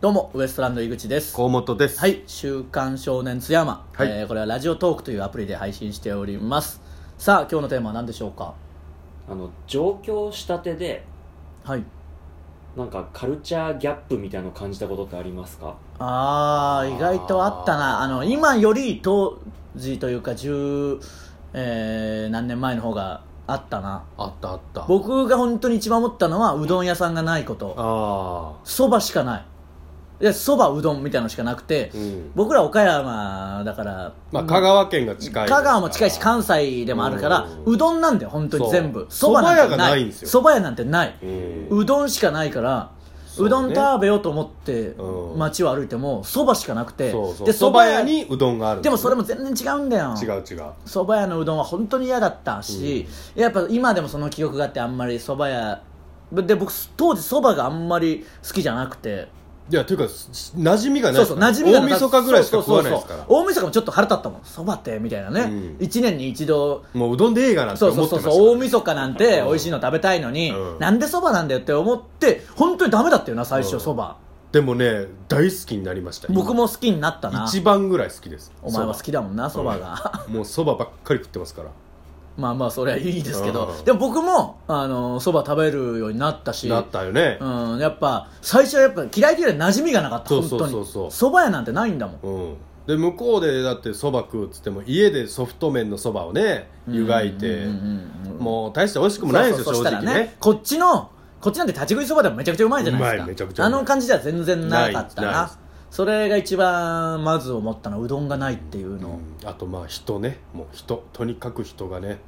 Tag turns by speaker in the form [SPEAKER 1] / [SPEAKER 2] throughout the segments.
[SPEAKER 1] どうもウエストランド井口です
[SPEAKER 2] 河本です
[SPEAKER 1] はい「週刊少年津山」
[SPEAKER 2] はい
[SPEAKER 1] えーこれはラジオトークというアプリで配信しておりますさあ今日のテーマは何でしょうか
[SPEAKER 3] あの上京したてで
[SPEAKER 1] はい
[SPEAKER 3] なんかカルチャーギャップみたいなのを感じたことってありますか
[SPEAKER 1] あー意外とあったなあの今より当時というか十、えー何年前の方があったな
[SPEAKER 2] あったあった
[SPEAKER 1] 僕が本当に一番思ったのはうどん屋さんがないこと
[SPEAKER 2] あ
[SPEAKER 1] そばしかないいやそばうどんみたいなのしかなくて、
[SPEAKER 2] あうん
[SPEAKER 1] 僕ら岡山だから、
[SPEAKER 2] まあ香川県が近いですか
[SPEAKER 1] 香
[SPEAKER 2] ら
[SPEAKER 1] 川も近いし関西でもあるから
[SPEAKER 2] うん
[SPEAKER 1] うどんなんだよ本当に全部
[SPEAKER 2] そう
[SPEAKER 1] なんて
[SPEAKER 2] 蕎麦屋がないんですよ
[SPEAKER 1] そば屋なんてない
[SPEAKER 2] うん
[SPEAKER 1] うどんしかないから
[SPEAKER 2] そううね
[SPEAKER 1] どん食べようと思って
[SPEAKER 2] うん
[SPEAKER 1] 街を歩いてもそばしかなくて
[SPEAKER 2] そうそう
[SPEAKER 1] で
[SPEAKER 2] そ
[SPEAKER 1] 蕎
[SPEAKER 2] ば
[SPEAKER 1] 麦
[SPEAKER 2] 屋にうどんがあるん
[SPEAKER 1] でもそれ
[SPEAKER 2] も
[SPEAKER 1] も全然違うんだよ
[SPEAKER 2] 違う違う
[SPEAKER 1] そば屋のうどんは本当に嫌だったし、やっぱ今でもその記憶があってあんまりそば屋で僕当時そばがあんまり好きじゃなくて
[SPEAKER 2] いやというかす馴染みがない
[SPEAKER 1] そうそう馴染みがな
[SPEAKER 2] 大
[SPEAKER 1] かった
[SPEAKER 2] 晦日ぐらいしか食わないですか
[SPEAKER 1] そうそ
[SPEAKER 2] ら
[SPEAKER 1] うそう大晦日もちょっと腹立ったもんそばってみたいなね、
[SPEAKER 2] うん
[SPEAKER 1] 一1年に一度
[SPEAKER 2] もううどんで映画なんて
[SPEAKER 1] そ
[SPEAKER 2] 思
[SPEAKER 1] う
[SPEAKER 2] って
[SPEAKER 1] そう
[SPEAKER 2] ました
[SPEAKER 1] そう
[SPEAKER 2] か
[SPEAKER 1] そう大
[SPEAKER 2] ら
[SPEAKER 1] 晦日なんて美味しいの食べたいのに、
[SPEAKER 2] うん
[SPEAKER 1] なんでそばなんだよって思って本当にダメだったよな最初
[SPEAKER 2] うん
[SPEAKER 1] そば、
[SPEAKER 2] でもね大好きになりました
[SPEAKER 1] 僕も好きになったな
[SPEAKER 2] 一番ぐらい好きです
[SPEAKER 1] お前は好きだもんなそばが、
[SPEAKER 2] がもうそばばっかり食ってますから
[SPEAKER 1] まあまあそれはいいですけど、
[SPEAKER 2] うん
[SPEAKER 1] でも僕もあのそば食べるようになったし
[SPEAKER 2] なったよね
[SPEAKER 1] うん、やっぱ最初はやっぱ嫌いというより馴染みがなかった
[SPEAKER 2] そう
[SPEAKER 1] 本
[SPEAKER 2] そう
[SPEAKER 1] 当
[SPEAKER 2] そう
[SPEAKER 1] に
[SPEAKER 2] そう
[SPEAKER 1] そば屋なんてないんだもん
[SPEAKER 2] うんで向こうでだってそば食うっつっても家でソフト麺のそばをね湯がい
[SPEAKER 1] うん
[SPEAKER 2] て
[SPEAKER 1] うんうんうん
[SPEAKER 2] もう大して美味しくもないんです
[SPEAKER 1] そうそ
[SPEAKER 2] よ
[SPEAKER 1] う
[SPEAKER 2] 正
[SPEAKER 1] そした
[SPEAKER 2] 直
[SPEAKER 1] ら
[SPEAKER 2] ね
[SPEAKER 1] こっちのこっちなんて立ち食いそばでもめちゃくちゃうまいじゃないですか
[SPEAKER 2] うまいめちゃくちゃ
[SPEAKER 1] あ
[SPEAKER 2] うまい
[SPEAKER 1] の感じでは全然なかったな
[SPEAKER 2] ないない
[SPEAKER 1] それが一番まず思ったのはうどんがないっていうの、
[SPEAKER 2] うんあとまあ人ねもう人とにかく人がね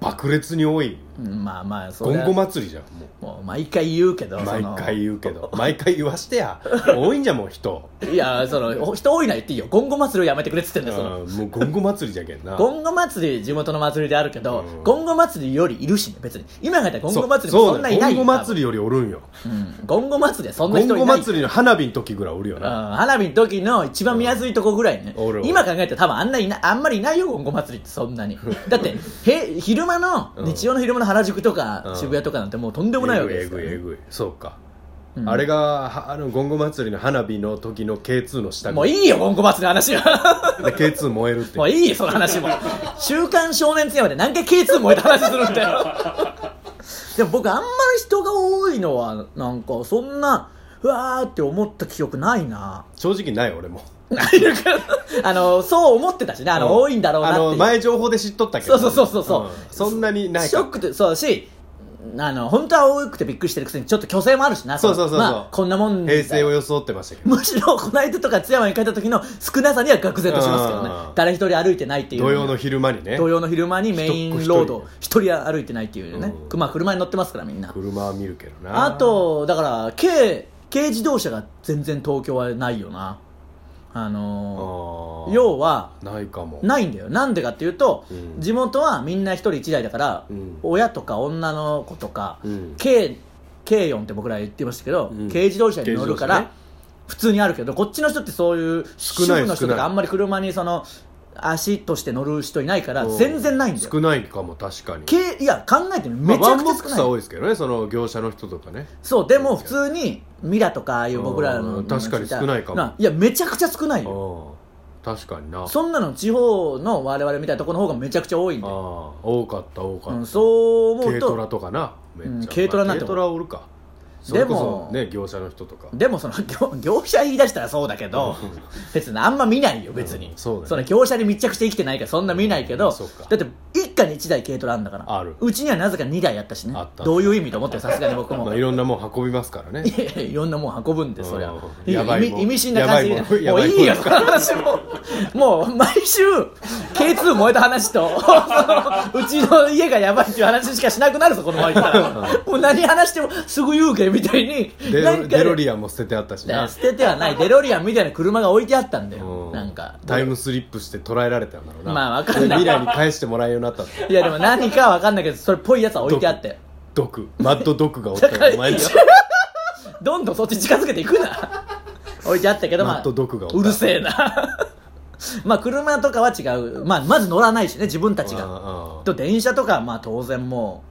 [SPEAKER 2] 爆裂に多い
[SPEAKER 1] うんまあまあそ
[SPEAKER 2] ゴ
[SPEAKER 1] れ
[SPEAKER 2] ン
[SPEAKER 1] は
[SPEAKER 2] ゴ祭りじゃんも
[SPEAKER 1] もう毎回言うけど
[SPEAKER 2] う
[SPEAKER 1] そ
[SPEAKER 2] 毎
[SPEAKER 1] の
[SPEAKER 2] 回言うけど毎回言わしてや多いんじゃんもう人
[SPEAKER 1] いやそのお人多いな言っていいよゴンゴ祭りをやめてくれっつってん
[SPEAKER 2] う
[SPEAKER 1] だ
[SPEAKER 2] ん
[SPEAKER 1] よその
[SPEAKER 2] もうゴンゴ祭りじゃけんな
[SPEAKER 1] ゴンゴ祭り地元の祭りであるけど、
[SPEAKER 2] うん
[SPEAKER 1] ゴンゴ祭りよりいるしね別に今が言ったらゴンゴ祭り
[SPEAKER 2] そう
[SPEAKER 1] もそんないない
[SPEAKER 2] そう
[SPEAKER 1] よ
[SPEAKER 2] ゴンゴ祭りよりおるんよ
[SPEAKER 1] 多分うんゴンゴ祭りはそん
[SPEAKER 2] ゴ
[SPEAKER 1] な
[SPEAKER 2] ン
[SPEAKER 1] 人いない
[SPEAKER 2] ゴ祭りの花火の時ぐらいおるよ
[SPEAKER 1] うん
[SPEAKER 2] な、
[SPEAKER 1] 花火の時の一番見やすいとこぐらいね、
[SPEAKER 2] うんおるおる
[SPEAKER 1] 今考えたら多分あんないなあんまりいないよゴンゴ祭りってそんなにだってへ昼間の、
[SPEAKER 2] うん
[SPEAKER 1] 日曜の昼間の原宿とか、
[SPEAKER 2] うん
[SPEAKER 1] 渋谷とかなんてもうとんでもないわけですからね、
[SPEAKER 2] えぐいえぐいえぐいそうか、
[SPEAKER 1] うん
[SPEAKER 2] あれがはあのゴンゴ祭りの花火の時の K2 の下
[SPEAKER 1] もう
[SPEAKER 2] い
[SPEAKER 1] いいよゴンゴ祭りの話 は
[SPEAKER 2] K2 燃えるって
[SPEAKER 1] もういいよその話も「週刊少年津山」で何回 K2 燃えた話するんだ よでも僕あんまり人が多いのはなんかそんなうわーって思った記憶ない な
[SPEAKER 2] 正直ない俺も
[SPEAKER 1] あのそう思ってたしねあの、
[SPEAKER 2] うん
[SPEAKER 1] 多いんだろうなって
[SPEAKER 2] あ
[SPEAKER 1] いう
[SPEAKER 2] の前情報で知っとったけど
[SPEAKER 1] そうそうそうそうそうん
[SPEAKER 2] そんなにない
[SPEAKER 1] シ
[SPEAKER 2] か
[SPEAKER 1] ョックってそうだしあの本当は多くてびっくりしてるくせにちょっと虚勢もあるしな
[SPEAKER 2] そうそうそうそう
[SPEAKER 1] まあ、こんなもん
[SPEAKER 2] 平成を
[SPEAKER 1] よ
[SPEAKER 2] 装ってましたけど
[SPEAKER 1] むしろこの間とか津山に帰った時の少なさには愕然としますけど
[SPEAKER 2] あ
[SPEAKER 1] ね
[SPEAKER 2] ー
[SPEAKER 1] 誰一人歩いてないっていう
[SPEAKER 2] 土曜の昼間にね
[SPEAKER 1] 土曜の昼間にメインロード一人歩いてないっていうね
[SPEAKER 2] うん
[SPEAKER 1] まあ車に乗ってますからみんな
[SPEAKER 2] 車は見るけどな
[SPEAKER 1] あとだから軽軽自動車が全然東京はないよなあの
[SPEAKER 2] あ
[SPEAKER 1] ー
[SPEAKER 2] ー
[SPEAKER 1] 要は
[SPEAKER 2] ないかも
[SPEAKER 1] ないんだよなんでかっていうと、
[SPEAKER 2] うん
[SPEAKER 1] 地元はみんな一人一台だから、
[SPEAKER 2] うん
[SPEAKER 1] 親とか女の子とか、
[SPEAKER 2] うん
[SPEAKER 1] 軽軽4って僕ら言ってましたけど、
[SPEAKER 2] うん
[SPEAKER 1] 軽自動車に乗るか
[SPEAKER 2] 軽自動車
[SPEAKER 1] ら
[SPEAKER 2] ね
[SPEAKER 1] 普通にあるけどこっちの人ってそういう
[SPEAKER 2] 少ない
[SPEAKER 1] 主婦の人
[SPEAKER 2] 少
[SPEAKER 1] と
[SPEAKER 2] ない
[SPEAKER 1] かあんまり車にその足として乗る人いないから
[SPEAKER 2] うん
[SPEAKER 1] 全然ないんだよ
[SPEAKER 2] 少ないかも確かに
[SPEAKER 1] 軽いや考えてみ
[SPEAKER 2] まあ
[SPEAKER 1] めちゃ
[SPEAKER 2] ワ
[SPEAKER 1] く
[SPEAKER 2] ン
[SPEAKER 1] ち
[SPEAKER 2] ボ
[SPEAKER 1] ゃ
[SPEAKER 2] ック
[SPEAKER 1] 少
[SPEAKER 2] スは
[SPEAKER 1] ない、
[SPEAKER 2] 多いですけどねその業者の人とかね
[SPEAKER 1] そうでも普通にミラとかああいう僕ら
[SPEAKER 2] う
[SPEAKER 1] の
[SPEAKER 2] ん確かに少ないかも
[SPEAKER 1] いやめちゃくちゃ少ないよ
[SPEAKER 2] ああ確かになあ
[SPEAKER 1] そんなの地方の我々みたいなところの方がめちゃくちゃ多いんで
[SPEAKER 2] あ多かった多か
[SPEAKER 1] うん、
[SPEAKER 2] っ
[SPEAKER 1] そう
[SPEAKER 2] た
[SPEAKER 1] 思
[SPEAKER 2] 軽
[SPEAKER 1] う
[SPEAKER 2] トラ
[SPEAKER 1] と
[SPEAKER 2] とかなめっちゃ
[SPEAKER 1] うん
[SPEAKER 2] まあ
[SPEAKER 1] 軽トラなんて
[SPEAKER 2] 軽トラおるかそ
[SPEAKER 1] で
[SPEAKER 2] れ
[SPEAKER 1] も
[SPEAKER 2] こそね業者の人とか
[SPEAKER 1] でもその 業業者言い出したらそうだけど別にあんま見ないよ別に、
[SPEAKER 2] うんそうだ
[SPEAKER 1] の
[SPEAKER 2] ね
[SPEAKER 1] 業者に密着して生きてないからそんな見ないけど、
[SPEAKER 2] うんそうか
[SPEAKER 1] だって一家に一台軽トラあんだから
[SPEAKER 2] ある
[SPEAKER 1] うちにはなぜか二台あったしね
[SPEAKER 2] あった
[SPEAKER 1] どういう意味と思ってるさすがに僕も、
[SPEAKER 2] まあ
[SPEAKER 1] い
[SPEAKER 2] いろんなもん運びますからね
[SPEAKER 1] やいやいろんなもん運ぶんでそりゃ
[SPEAKER 2] うん
[SPEAKER 1] いや
[SPEAKER 2] やばい
[SPEAKER 1] 意
[SPEAKER 2] も
[SPEAKER 1] 味意
[SPEAKER 2] ん
[SPEAKER 1] 味深な感じで
[SPEAKER 2] やばい
[SPEAKER 1] もう
[SPEAKER 2] もんやばいもん
[SPEAKER 1] いいよその話ももう毎週 K2 燃えた話と そのうちの家がやばいっていう話しかしなくなるぞこの前 からもう何話してもすぐ言うけみたいに
[SPEAKER 2] デ
[SPEAKER 1] な
[SPEAKER 2] ロ
[SPEAKER 1] んか
[SPEAKER 2] デロリアンも捨ててあったし
[SPEAKER 1] だから
[SPEAKER 2] な
[SPEAKER 1] 捨ててはないデロリアンみたいな車が置いてあったんだよ
[SPEAKER 2] う
[SPEAKER 1] なんか
[SPEAKER 2] タイムスリップして捉えられたんだろうな
[SPEAKER 1] まあわかんない
[SPEAKER 2] で未来に返してもらえるようになったんだ
[SPEAKER 1] いやでも何かわかんないけどそれっぽいやつは置いてあって
[SPEAKER 2] 毒マッド毒がおった
[SPEAKER 1] だから
[SPEAKER 2] よ
[SPEAKER 1] い
[SPEAKER 2] お前
[SPEAKER 1] い
[SPEAKER 2] ん
[SPEAKER 1] よ
[SPEAKER 2] ち
[SPEAKER 1] どんどんそっち近づけていく な置いてあったけどま
[SPEAKER 2] マ
[SPEAKER 1] あ
[SPEAKER 2] ット毒がおった
[SPEAKER 1] うるせえな まあ車とかは違う、まあ、まず乗らないしね自分たち
[SPEAKER 2] うん
[SPEAKER 1] が
[SPEAKER 2] うん
[SPEAKER 1] と電車とかはまあ当然も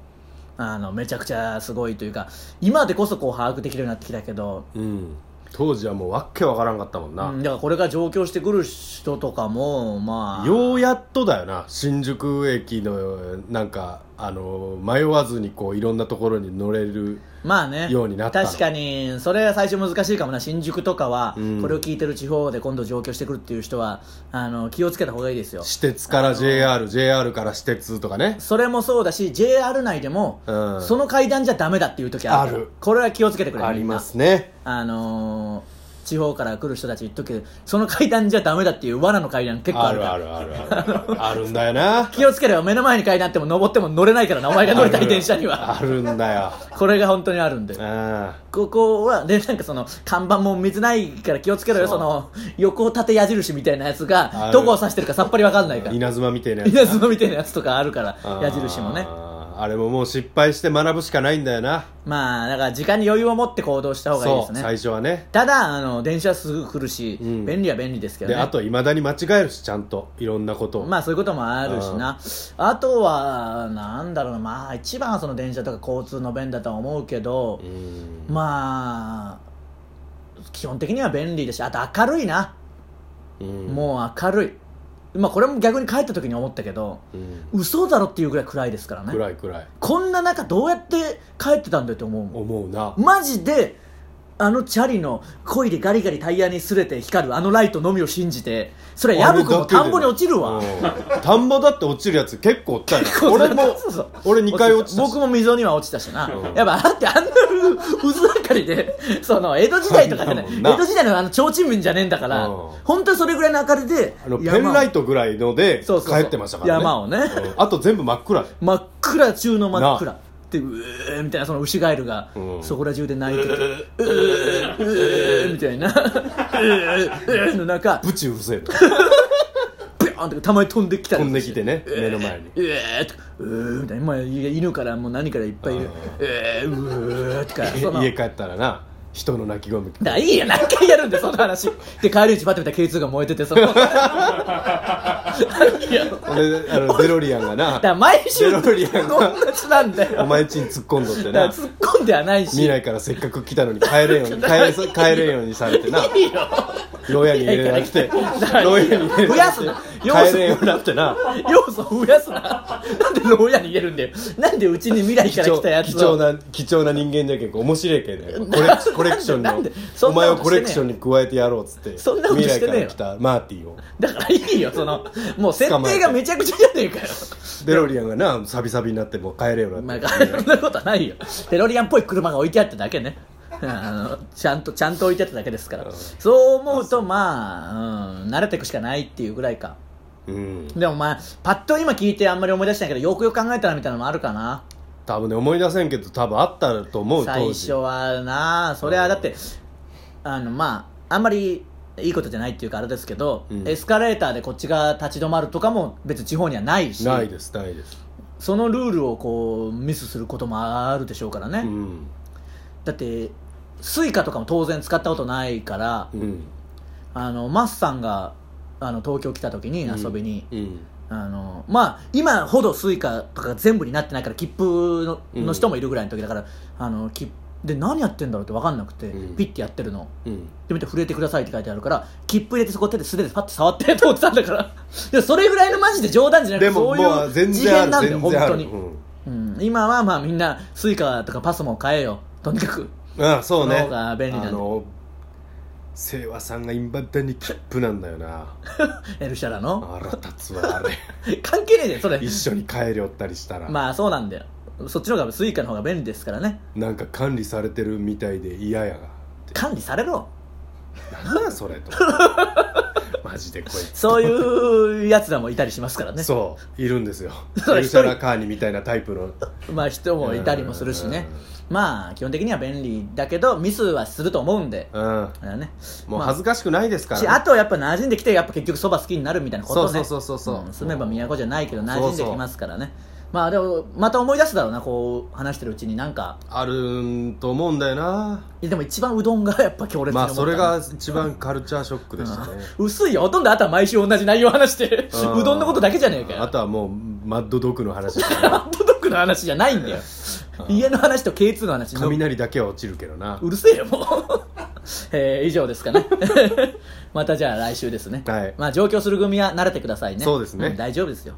[SPEAKER 1] うあのめちゃくちゃすごいというか今でこそこう把握できるようになってきたけど
[SPEAKER 2] うん当時はもうわっけわからんかったもんな、
[SPEAKER 1] うんだからこれから上京してくる人とかもまあ
[SPEAKER 2] ようやっとだよな新宿駅のなんかあの迷わずにこういろんなところに乗れる
[SPEAKER 1] まあね
[SPEAKER 2] ようになったの
[SPEAKER 1] 確かにそれは最初難しいかもな新宿とかは、
[SPEAKER 2] うん
[SPEAKER 1] これを聞いてる地方で今度上京してくるっていう人はあの気をつけた方がいいですよ
[SPEAKER 2] 私鉄から JRJR から私鉄とかね
[SPEAKER 1] それもそうだし JR 内でも、
[SPEAKER 2] うん
[SPEAKER 1] その階段じゃダメだっていう時あるから
[SPEAKER 2] ある
[SPEAKER 1] これは気をつけてくれ
[SPEAKER 2] ありますね
[SPEAKER 1] みんなあのー地方から来る人たち言っとくけどその階段じゃダメだっていう罠の階段結構あ
[SPEAKER 2] あ
[SPEAKER 1] る
[SPEAKER 2] る
[SPEAKER 1] から
[SPEAKER 2] あるあるあ るあるんだよな
[SPEAKER 1] 気をつければ目の前に階段あっても登っても乗れないからなお前が乗りたい電車には
[SPEAKER 2] あるんだよ
[SPEAKER 1] これが本当にあるんで
[SPEAKER 2] あ
[SPEAKER 1] ここはでなんかその看板も水ないから気をつけろよ
[SPEAKER 2] そ
[SPEAKER 1] そうの横縦矢印みたいなやつ
[SPEAKER 2] あ
[SPEAKER 1] が
[SPEAKER 2] る
[SPEAKER 1] どこを指してるかさっぱりわかんないから
[SPEAKER 2] 稲妻みたいなやつ
[SPEAKER 1] 稲妻みたいなやつとかあるから矢印もね
[SPEAKER 2] あーあれももう失敗して学ぶしかないんだよな
[SPEAKER 1] まあだから時間に余裕を持って行動した方がいいで
[SPEAKER 2] そ
[SPEAKER 1] す
[SPEAKER 2] う
[SPEAKER 1] ね
[SPEAKER 2] 最初はね
[SPEAKER 1] ただあの電車はすぐ来るし、
[SPEAKER 2] うん
[SPEAKER 1] 便利は便利ですけど
[SPEAKER 2] で
[SPEAKER 1] ね
[SPEAKER 2] あといまだに間違えるしちゃんといろんなことを
[SPEAKER 1] まあそういうこともあるしなあとはなんだろうなまあ一番はその電車とか交通の便だとは思うけど、
[SPEAKER 2] うん
[SPEAKER 1] まあ基本的には便利だしあと明るいな、
[SPEAKER 2] うん
[SPEAKER 1] もう明るいまあこれも逆に帰った時に思ったけど
[SPEAKER 2] うん
[SPEAKER 1] 嘘だろっていうぐらい暗いですからね
[SPEAKER 2] 暗い暗い
[SPEAKER 1] こんな中どうやって帰ってたんだよって思うもん
[SPEAKER 2] 思うな
[SPEAKER 1] マジであのチャリの漕いでガリガリタイヤにすれて光るあのライトのみを信じてそれは薮君も田んぼに落ちるわ
[SPEAKER 2] うん田んぼだって落ちるやつ結構おったよ俺も
[SPEAKER 1] そうそう
[SPEAKER 2] 俺2回落ちたし
[SPEAKER 1] 僕も溝には落ちたしな、
[SPEAKER 2] うん
[SPEAKER 1] やっぱだってあんな渦ばっかりで その江戸時代とかじゃない
[SPEAKER 2] あんなもんな
[SPEAKER 1] 江戸時代のあの提灯民じゃねえんだから、
[SPEAKER 2] うん
[SPEAKER 1] 本当にそれぐらいの明かりで
[SPEAKER 2] あのペンライトぐらいので帰
[SPEAKER 1] そうそうそう
[SPEAKER 2] ってましたからね
[SPEAKER 1] 山をね
[SPEAKER 2] うんあと全部真っ暗
[SPEAKER 1] 山を真っ暗中の真っ暗
[SPEAKER 2] な
[SPEAKER 1] でうーみたいなその牛ガエルが、
[SPEAKER 2] うん
[SPEAKER 1] そこら中で泣いててうーうーみたいな うーうーの中
[SPEAKER 2] ブチうるせえ と
[SPEAKER 1] ビョーンってたまに飛んできたり
[SPEAKER 2] 飛んできてね目の前に
[SPEAKER 1] うえーっとうーみたいな今犬からもう何からいっぱいいる
[SPEAKER 2] あ
[SPEAKER 1] うえーうーとかその
[SPEAKER 2] 家帰ったらな人の泣き声も聞
[SPEAKER 1] だからいいや何回やるんだよその話で帰り道パッて見たら K2 が燃えててその何やろだか
[SPEAKER 2] 俺あのデロリアンがな
[SPEAKER 1] ら毎週
[SPEAKER 2] デロリアンが
[SPEAKER 1] 同じなんだよ
[SPEAKER 2] お前んちに突っ込んどって
[SPEAKER 1] だから
[SPEAKER 2] な
[SPEAKER 1] 突っ込んではないし
[SPEAKER 2] 未来からせっかく来たのに帰れんように帰れそ帰れんようにされてない
[SPEAKER 1] いよ
[SPEAKER 2] 牢屋に入れられて牢屋に入れ
[SPEAKER 1] 増
[SPEAKER 2] ら
[SPEAKER 1] やす
[SPEAKER 2] れて
[SPEAKER 1] な
[SPEAKER 2] 帰れんようになってな
[SPEAKER 1] 要素を増やすななんで牢屋に入れるんだよなんでうちに未来
[SPEAKER 2] 貴
[SPEAKER 1] から来た
[SPEAKER 2] 重
[SPEAKER 1] や
[SPEAKER 2] 貴
[SPEAKER 1] つ
[SPEAKER 2] 重
[SPEAKER 1] を
[SPEAKER 2] な貴重な人間じゃけんこう面白いけんねコレクコレクション
[SPEAKER 1] なんで
[SPEAKER 2] の
[SPEAKER 1] そ
[SPEAKER 2] お
[SPEAKER 1] んなこと
[SPEAKER 2] 前をコレクションに加えてやろうっつって
[SPEAKER 1] そんなこと
[SPEAKER 2] 未
[SPEAKER 1] してねえ
[SPEAKER 2] 来か
[SPEAKER 1] よ
[SPEAKER 2] ら来たマーティを
[SPEAKER 1] だからいいよそのもう設定がめちゃくちゃじゃねえかよ
[SPEAKER 2] デロリアンがなサビサビになってもう帰れんように
[SPEAKER 1] ま
[SPEAKER 2] な
[SPEAKER 1] あ
[SPEAKER 2] って
[SPEAKER 1] そんなことはないよテロリアンっぽい車が置いてあっただけねうんあのちゃんとちゃんと置いてあっただけですからそう思うとまあ、うん、慣れていくしかないっていうぐらいか
[SPEAKER 2] うん
[SPEAKER 1] でもまあパッと今聞いてあんまり思い出してないけどよくよく考えたらみたいなのもあるかな
[SPEAKER 2] 多分ね思い出せんけど多分あったと思う
[SPEAKER 1] 最
[SPEAKER 2] 当時
[SPEAKER 1] 初はなそれはだってあのまああんまりいいことじゃないっていうかあれですけど、
[SPEAKER 2] うん
[SPEAKER 1] エスカレーターでこっちが立ち止まるとかも別に地方にはないし
[SPEAKER 2] ないですないです
[SPEAKER 1] そのルールをこうミスすることもあるでしょうからね、
[SPEAKER 2] うん
[SPEAKER 1] だってスイカとかも当然使ったことないから、
[SPEAKER 2] うん
[SPEAKER 1] あのマスさんがあの東京来た時に遊びに、
[SPEAKER 2] うん
[SPEAKER 1] あのまあ今ほどスイカとかが全部になってないから切符の
[SPEAKER 2] うん
[SPEAKER 1] の人もいるぐらいの時だから、あの切符で何やってんだろうって分かんなくて、
[SPEAKER 2] うん
[SPEAKER 1] ピッてやってるの
[SPEAKER 2] うん
[SPEAKER 1] で見て触れてくださいって書いてあるから切符入れてそこ手で素手でパッて触って通ってたんだから でそれぐらいのマジで冗談じゃなくて
[SPEAKER 2] でも
[SPEAKER 1] そう
[SPEAKER 2] も
[SPEAKER 1] いうう
[SPEAKER 2] 全
[SPEAKER 1] 次
[SPEAKER 2] 然あ
[SPEAKER 1] 元
[SPEAKER 2] る
[SPEAKER 1] なんだよ
[SPEAKER 2] 全
[SPEAKER 1] 本
[SPEAKER 2] 然あ
[SPEAKER 1] 当
[SPEAKER 2] る
[SPEAKER 1] に、
[SPEAKER 2] うん
[SPEAKER 1] うん、今はまあみんなスイカとかパスも買えよとにかく
[SPEAKER 2] ああそうね
[SPEAKER 1] その方が便利なんで
[SPEAKER 2] あの清和さんがインバダに切符なんだよな
[SPEAKER 1] エルシャラの
[SPEAKER 2] 腹立つわあ れ
[SPEAKER 1] 関係ねえじゃんそれ
[SPEAKER 2] 一緒に帰りおったりしたら、
[SPEAKER 1] まあそうなんだよそっちの方がスイカの方が便利ですからね
[SPEAKER 2] なんか管理されてるみたいで嫌やが
[SPEAKER 1] 管理されろ
[SPEAKER 2] なんだそれ とマジでこいつ
[SPEAKER 1] そういうやつらもいたりしますからね
[SPEAKER 2] そういるんですよ
[SPEAKER 1] そ
[SPEAKER 2] エ
[SPEAKER 1] う
[SPEAKER 2] ルシャラカーニみたいなタイプの
[SPEAKER 1] まあ人もいたりもするしねまあ基本的には便利だけどミスはすると思うんで
[SPEAKER 2] うん
[SPEAKER 1] あれはね
[SPEAKER 2] もう
[SPEAKER 1] まあ
[SPEAKER 2] 恥ずかしくないですから、
[SPEAKER 1] しあとやっぱ馴染んできてやっぱ結局そば好きになるみたいなことね
[SPEAKER 2] そうそうそうそうそうん
[SPEAKER 1] 住めば都じゃないけど馴染んできますからねまあでもまた思い出すだろうなこう話してるうちになんか
[SPEAKER 2] あるんと思うんだよない
[SPEAKER 1] やでも一番うどんがやっぱ強烈に
[SPEAKER 2] ま
[SPEAKER 1] 思ったな
[SPEAKER 2] あそれが一番カルチャーショックでしたね、
[SPEAKER 1] 薄いよほとんどあとは毎週同じ内容話して
[SPEAKER 2] う
[SPEAKER 1] うどんのことだけじゃねえかよ
[SPEAKER 2] あとはもうマッドドッグの話だから
[SPEAKER 1] ハットドッグの話じゃないんだよ家の話と K2 の話の
[SPEAKER 2] 雷だけは落ちるけどな
[SPEAKER 1] うるせえよもう えー以上ですかね またじゃあ来週ですね
[SPEAKER 2] はい
[SPEAKER 1] まあ上京する組は慣れてくださいね
[SPEAKER 2] そうですね
[SPEAKER 1] ん大丈夫ですよ